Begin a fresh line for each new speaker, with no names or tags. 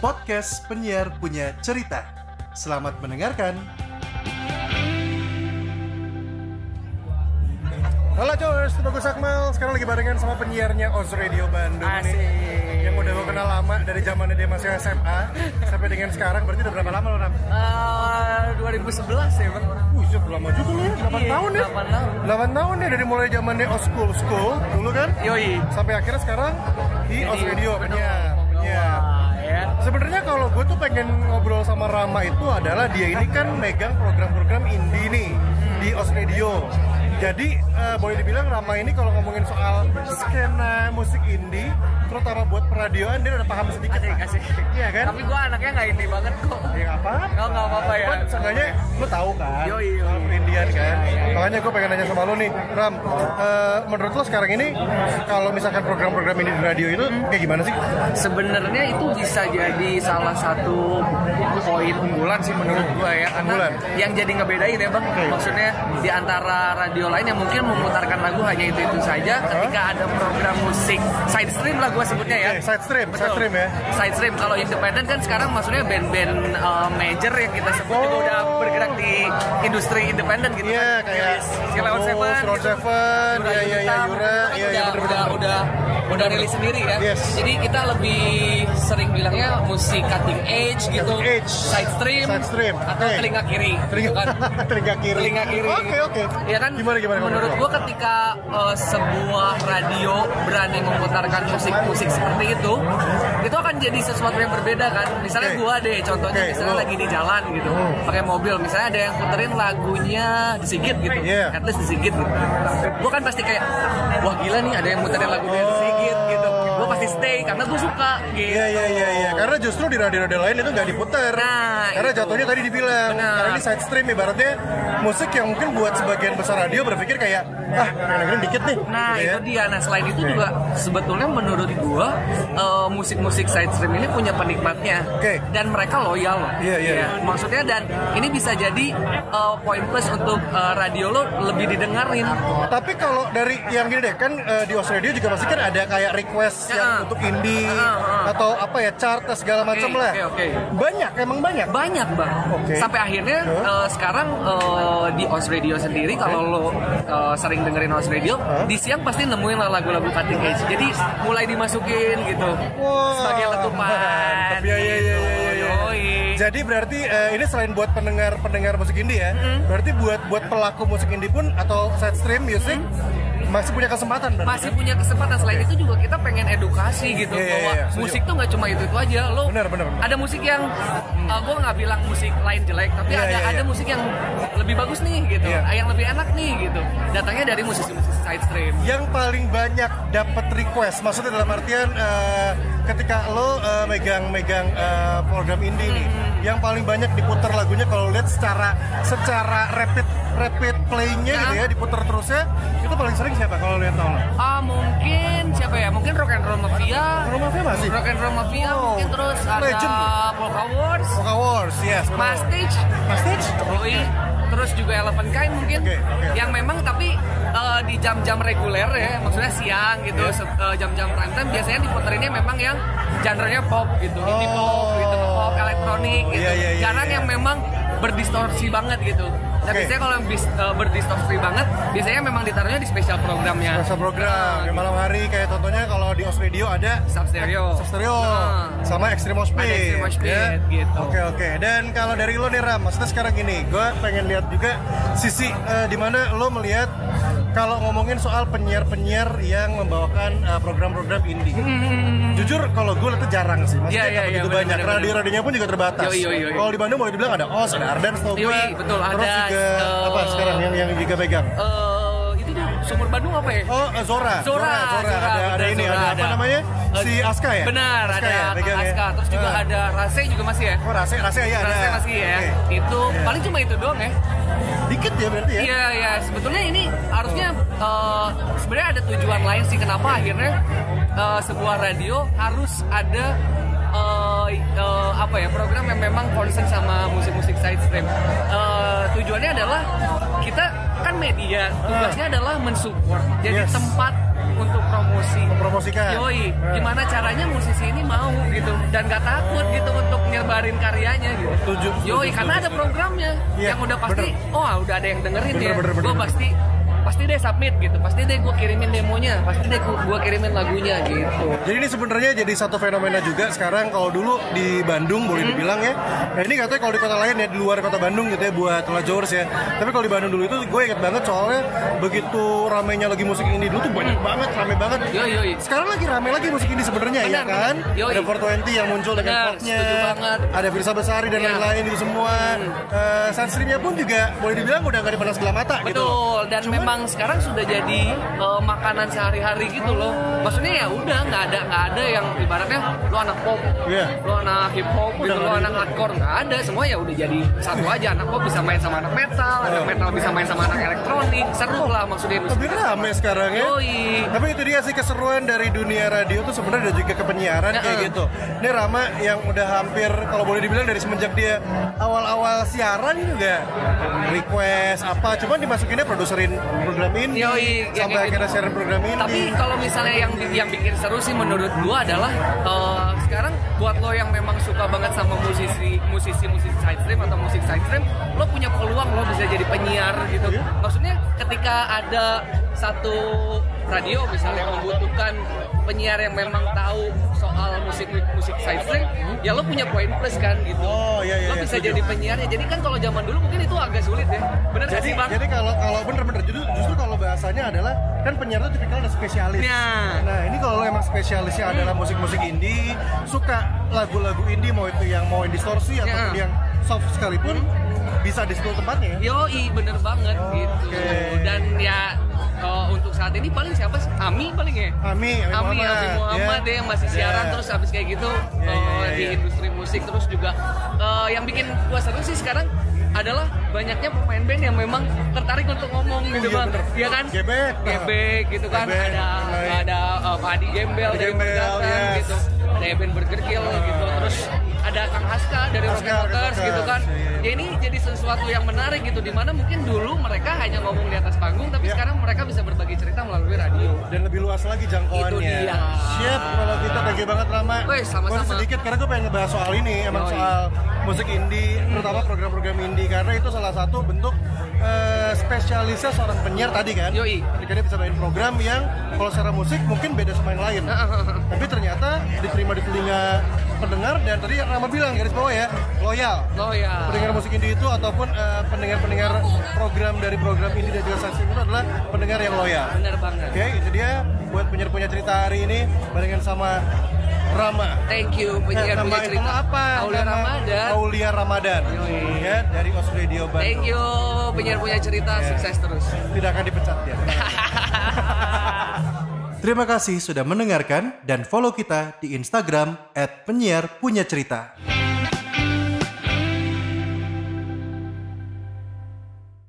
podcast penyiar punya cerita. Selamat mendengarkan. Halo Josh, Bagus Akmal. Sekarang lagi barengan sama penyiarnya Oz Radio Bandung
Asik.
nih. Yang udah gue kenal lama dari zamannya dia masih SMA sampai dengan sekarang. Berarti udah berapa lama lo Ram?
Eh, 2011 ya bang
Buset, lama juga lo ya. 8
Iya,
tahun ya.
8 tahun.
8 tahun ya dari mulai zamannya Oz School School dulu kan.
Yoi iya.
Sampai akhirnya sekarang di Oz
Jadi,
Radio Iya.
bener,
penyiar.
Bang
Penyiar.
Noah, ya.
Sebenarnya kalau gue tuh pengen ngobrol sama Rama itu adalah dia ini kan megang program-program indie nih di Os Radio. Jadi eh, boleh dibilang Rama ini kalau ngomongin soal skena musik indie, terutama buat peradioan dia udah paham sedikit.
Asik,
lah.
asik.
Iya kan?
Tapi gua anaknya nggak ini banget kok
Ya nggak apa?
Oh, nggak apa-apa ya.
Kan seenggaknya lu tahu kan?
Yoi, yoi.
soal Indian kan. Makanya gue pengen nanya sama lu nih, Ram. eh, menurut lo sekarang ini kalau misalkan program-program ini di radio itu kayak gimana sih?
Sebenarnya itu bisa jadi salah satu poin unggulan sih menurut gua ya Karena
Unggulan.
yang jadi ngebedain ya bang
Oke.
Maksudnya di antara radio lain yang mungkin memutarkan lagu hanya itu-itu saja Ketika ada program musik side stream lah gua sebutnya ya
Oke, side stream, side
Betul.
stream ya.
Side stream kalau independen kan sekarang maksudnya band-band uh, major yang kita sebut juga
Oh.
udah bergerak di industri independen gitu
Iya
kan.
kayak
si Lewat Seven,
Rose, Road
gitu.
Seven,
Yura
iya iya iya
Yunita,
Yura,
itu kan
iya iya
udah,
bener
udah,
bener.
udah udah rilis sendiri kan.
Yes.
Jadi kita lebih sering bilangnya musik cutting edge gitu.
Cutting edge.
Side stream.
Side stream,
Atau
oke.
telinga kiri.
Telinga,
gitu kan.
telinga kiri.
telinga kiri.
Oke oke.
Ya kan?
Gimana gimana?
Menurut gua ketika eh, sebuah radio berani memutarkan musik-musik seperti itu, itu akan jadi sesuatu yang berbeda kan. Misalnya
Oke.
gua deh contohnya
Oke,
misalnya
lu. Hmm.
lagi di jalan gitu, pakai mobil, misalnya ada yang puterin lagunya sedikit gitu.
Iya.
At least sedikit gitu. Gua kan pasti kayak wah gila nih ada yang muterin lagunya sedikit gitu. Gua pasti stay karena gua suka gitu.
Iya iya iya iya. Karena justru di radio-radio lain itu nggak diputar.
Nah,
Karena
itu.
jatuhnya tadi dibilang.
Benar.
Karena ini side stream ibaratnya musik yang mungkin buat sebagian besar radio berpikir kayak ah dengerin dikit nih.
Nah
Gitu ya.
itu dia. Nah selain itu juga sebetulnya menurut gua eh, musik-musik side stream ini punya penikmatnya
Oke.
dan mereka loyal. loh.
Iya, iya,
Iya.
iya.
Maksudnya dan ini bisa jadi eh, poin plus untuk eh, radio lo lebih didengarin.
Tapi kalau dari yang gini deh, kan eh, di Os Radio juga pasti kan ada kayak request yang
Ya.
untuk indie
Ya, ya.
atau apa ya chart segala macam lah.
oke, oke.
Banyak, emang banyak.
Banyak bang.
Oke.
Sampai akhirnya
Huh?
eh, sekarang eh, di Os Radio sendiri kalau lo eh, sering dengerin Os Radio,
Huh?
di siang pasti nemuin lah lagu-lagu cutting edge. Jadi mulai dimasukin gitu
Wah,
sebagai letupan.
mantap. Ya, ya, ya,
gitu.
ya, ya, ya.
Yoi.
Jadi berarti eh, ini selain buat pendengar-pendengar musik indie ya, berarti buat buat pelaku musik indie pun atau side stream music masih punya kesempatan berarti.
masih punya kesempatan selain itu juga kita pengen edukasi gitu
Iya, iya,
bahwa
iya, setuju.
musik tuh nggak cuma itu itu aja lo
Benar, benar, benar.
ada musik yang uh, gue nggak bilang musik lain jelek tapi
Iya,
ada
iya,
ada
iya.
musik yang lebih bagus nih gitu
Iya.
yang lebih enak nih gitu datangnya dari musisi-musisi side stream
Yang paling banyak dapat request, maksudnya dalam artian eh, ketika lo eh, megang-megang eh, program indie nih, yang paling banyak diputar lagunya kalau lihat secara secara rapid rapid playnya gitu
Iya.
ya diputar terusnya itu paling sering siapa kalau lihat tahu lo?
ah mungkin siapa ya mungkin rock and roll mafia
Rumahnya masih.
rock and roll mafia
Oh,
mungkin terus ada
legend.
polka wars
Rock Awards, yes. benar.
Mastich
Mastich?
Rui, terus juga Eleven Kind mungkin
Oke, oke.
yang memang tapi eh, di jam-jam reguler ya maksudnya siang gitu
Iya.
se- eh, jam-jam prime time biasanya diputerinnya memang yang genre-nya pop gitu indie pop gitu pop elektronik gitu
Oh. Iya, iya, iya,
jarang
iya.
yang memang berdistorsi banget gitu nah
Oke.
biasanya kalau yang bis- eh, berdistorsi banget biasanya memang ditaruhnya di spesial programnya
Rasa program di malam hari kayak contohnya kalau di Os Radio ada
Substereo
Substereo
Nah.
sama Extreme
Ada
Speed.
Extreme Speed, gitu.
Oke oke. Dan kalau dari lo nih Ram, maksudnya sekarang gini, gue pengen lihat juga sisi eh, dimana lo melihat kalau ngomongin soal penyiar-penyiar yang membawakan eh, program-program indie.
Hmm,
Jujur kalau gue itu jarang sih, maksudnya
Iya,
nggak
iya, iya,
begitu
bener,
banyak.
bener, bener.
Radio-radionya pun juga terbatas.
Yoi, yoi, yoi.
Kalau di Bandung boleh dibilang ada Os, ada Ardan, setahu gue.
Yoi, betul,
Terus
ada,
juga
eh,
apa sekarang yang yang juga pegang?
Eh, itu tuh sumur Bandung apa ya
Oh, eh, Zora.
Zora, Zora,
Ada, ada
betul,
ini,
Zora,
ada, apa
ada.
namanya? Si
Eh,
Aska ya?
Benar,
Aska
ada
ya,
Kang
pegang ya?
Aska. Terus juga
Ah.
ada Rase juga masih ya.
Oh, Rase, Rase ya ada.
Rase masih ya.
Oke.
Itu paling cuma itu doang ya.
Dikit ya berarti ya?
Iya, iya. Sebetulnya ini harusnya eh, sebenarnya ada tujuan lain sih kenapa akhirnya eh, sebuah radio harus ada eh, eh, apa ya program yang memang concern sama musik-musik side stream. Eh, tujuannya adalah kita kan media tugasnya adalah mensupport. Jadi
Yes.
tempat untuk promosi.
mempromosikan.
Yoi,
Nah,
gimana caranya musisi ini mau gitu dan gak takut gitu untuk nyebarin karyanya gitu.
Setuju, setuju,
Yoi, karena
setuju,
ada programnya
Iya,
yang udah pasti,
bener.
oh udah ada yang dengerin
Bener,
ya.
bener, bener,
Gua
bener.
pasti pasti deh submit gitu, pasti deh gue kirimin demonya, pasti deh gue kirimin lagunya gitu.
Jadi ini sebenarnya jadi satu fenomena juga sekarang kalau dulu di Bandung
Mhm.
boleh dibilang ya. Nah, ini katanya kalau di kota lain ya di luar kota Bandung gitu ya buat lajors ya. Tapi kalau di Bandung dulu itu gue inget banget soalnya begitu ramainya lagi musik ini dulu tuh banyak banget, rame banget.
Yoi, yoi.
Sekarang lagi rame lagi musik ini sebenarnya ya
Benar,
kan?
benar. Yoi.
Ada 420 yang muncul dengan
Benar,
popnya.
setuju banget.
Ada Firsa Besari dan
Iya. Hmm.
lain-lain itu semua. Eh, Sunstreamnya pun juga boleh dibilang udah nggak dipandang sebelah mata gitu.
Betul, dan
Cuman-
memang sekarang sudah jadi eh, makanan sehari-hari gitu loh. Maksudnya ya udah nggak ada nggak ada yang ibaratnya lu anak pop,
Iya.
lu anak hip hop,
Udah
gitu, lu
nggak ada.
anak hardcore nggak ada. Semua ya udah jadi satu aja. Anak pop bisa main sama anak metal, anak metal bisa main sama anak elektronik. Seru lah maksudnya.
Iya. Tapi rame sekarang ya.
Yoi.
Tapi itu dia sih keseruan dari dunia radio tuh sebenarnya ada juga kepenyiaran kayak
Heeh.
gitu. Ini Rama yang udah hampir kalau boleh dibilang dari semenjak dia awal-awal siaran juga request apa, cuman dimasukinnya produserin program
Yoi,
ini
yang
sampai
kayak gitu.
akhirnya siaran program ini.
Tapi kalau misalnya yang yang bikin seru sih menurut gua adalah eh, sekarang buat lo yang memang suka banget sama musisi musisi musisi sidestream atau musik sidestream, lo punya peluang lo bisa jadi penyiar gitu.
Iya.
Maksudnya ketika ada satu radio misalnya yang membutuhkan penyiar yang memang tahu soal musik musik sidestream, ya lo punya poin plus kan gitu.
Hmm. Oh, iya, iya,
Lo
iya,
bisa
setuju.
jadi penyiarnya. Jadi kan kalau zaman dulu mungkin itu agak sulit ya. Bener nggak
jadi
sih bang?
jadi kalau kalau bener-bener justru, justru kalau bahasanya adalah kan penyiar itu tipikal ada spesialis.
Nah.
Nah ini kalau lo emang spesialisnya
Hmm.
adalah musik-musik indie, suka lagu-lagu indie mau itu yang mau yang distorsi ataupun
Ya.
yang soft sekalipun
Hmm.
bisa di situ tempatnya. ya.
Iya. Yoi, bener banget gitu.
Oke.
Dan ya eh, untuk saat ini paling siapa sih? Ami paling ya?
Ami,
Ami,
Ami
Ami
Muhammad,
Muhammad
ya.
deh yang masih siaran
Ya.
terus habis kayak gitu
Ya, ya,
eh,
ya,
di
ya.
industri musik terus juga eh, yang bikin gua seru sih sekarang adalah banyaknya pemain band yang memang tertarik untuk ngomong gitu
Iya,
bang,
bener.
Iya kan?
Gebek.
gebek gitu kan,
Gebek,
ada
lain-lain.
ada eh, Pak Adi Gembel
Adi
dari
Gembel,
Pergerakan
yes. Ah.
gitu, ada Eben Burger Kill gitu, terus ada Kang Haska dari Rock
Haska,
and Rockers
Rockers,
gitu kan,
iya, iya.
Ya, ini jadi sesuatu yang menarik gitu dimana mungkin dulu mereka hanya ngomong di atas panggung tapi
Ya.
sekarang mereka bisa berbagi cerita melalui radio
dan lebih luas lagi jangkauannya.
Itu dia.
Siap kalau kita tagih banget lama.
Weh, sama-sama.
Gua sedikit karena gue pengen ngebahas soal ini, emang
Yoi.
soal musik indie, terutama program-program indie karena itu salah satu bentuk eh, spesialisnya seorang penyiar tadi kan.
Yoi.
Ketika dia bisa main program yang kalau secara musik mungkin beda sama yang lain. Tapi ternyata diterima di telinga pendengar dan tadi yang Rama bilang garis bawah ya, loyal.
oh ya
pendengar musik indie itu ataupun eh, pendengar-pendengar program dari program indie dan juga saksi itu adalah pendengar yang loyal.
benar banget
Oke, itu dia buat penyiar-penyiar cerita hari ini barengan sama Rama.
thank you
Eh,
penyiar
nama
punya
itu
cerita
apa? Iya,
Aulia
Nama
Ramadan
Aulia Ramadan.
Yoi.
Ya, dari Os Radio Bandung.
thank you penyiar punya cerita sukses terus
Tidak akan dipecat ya.
Terima kasih sudah mendengarkan dan follow kita di Instagram @penyiar punya cerita.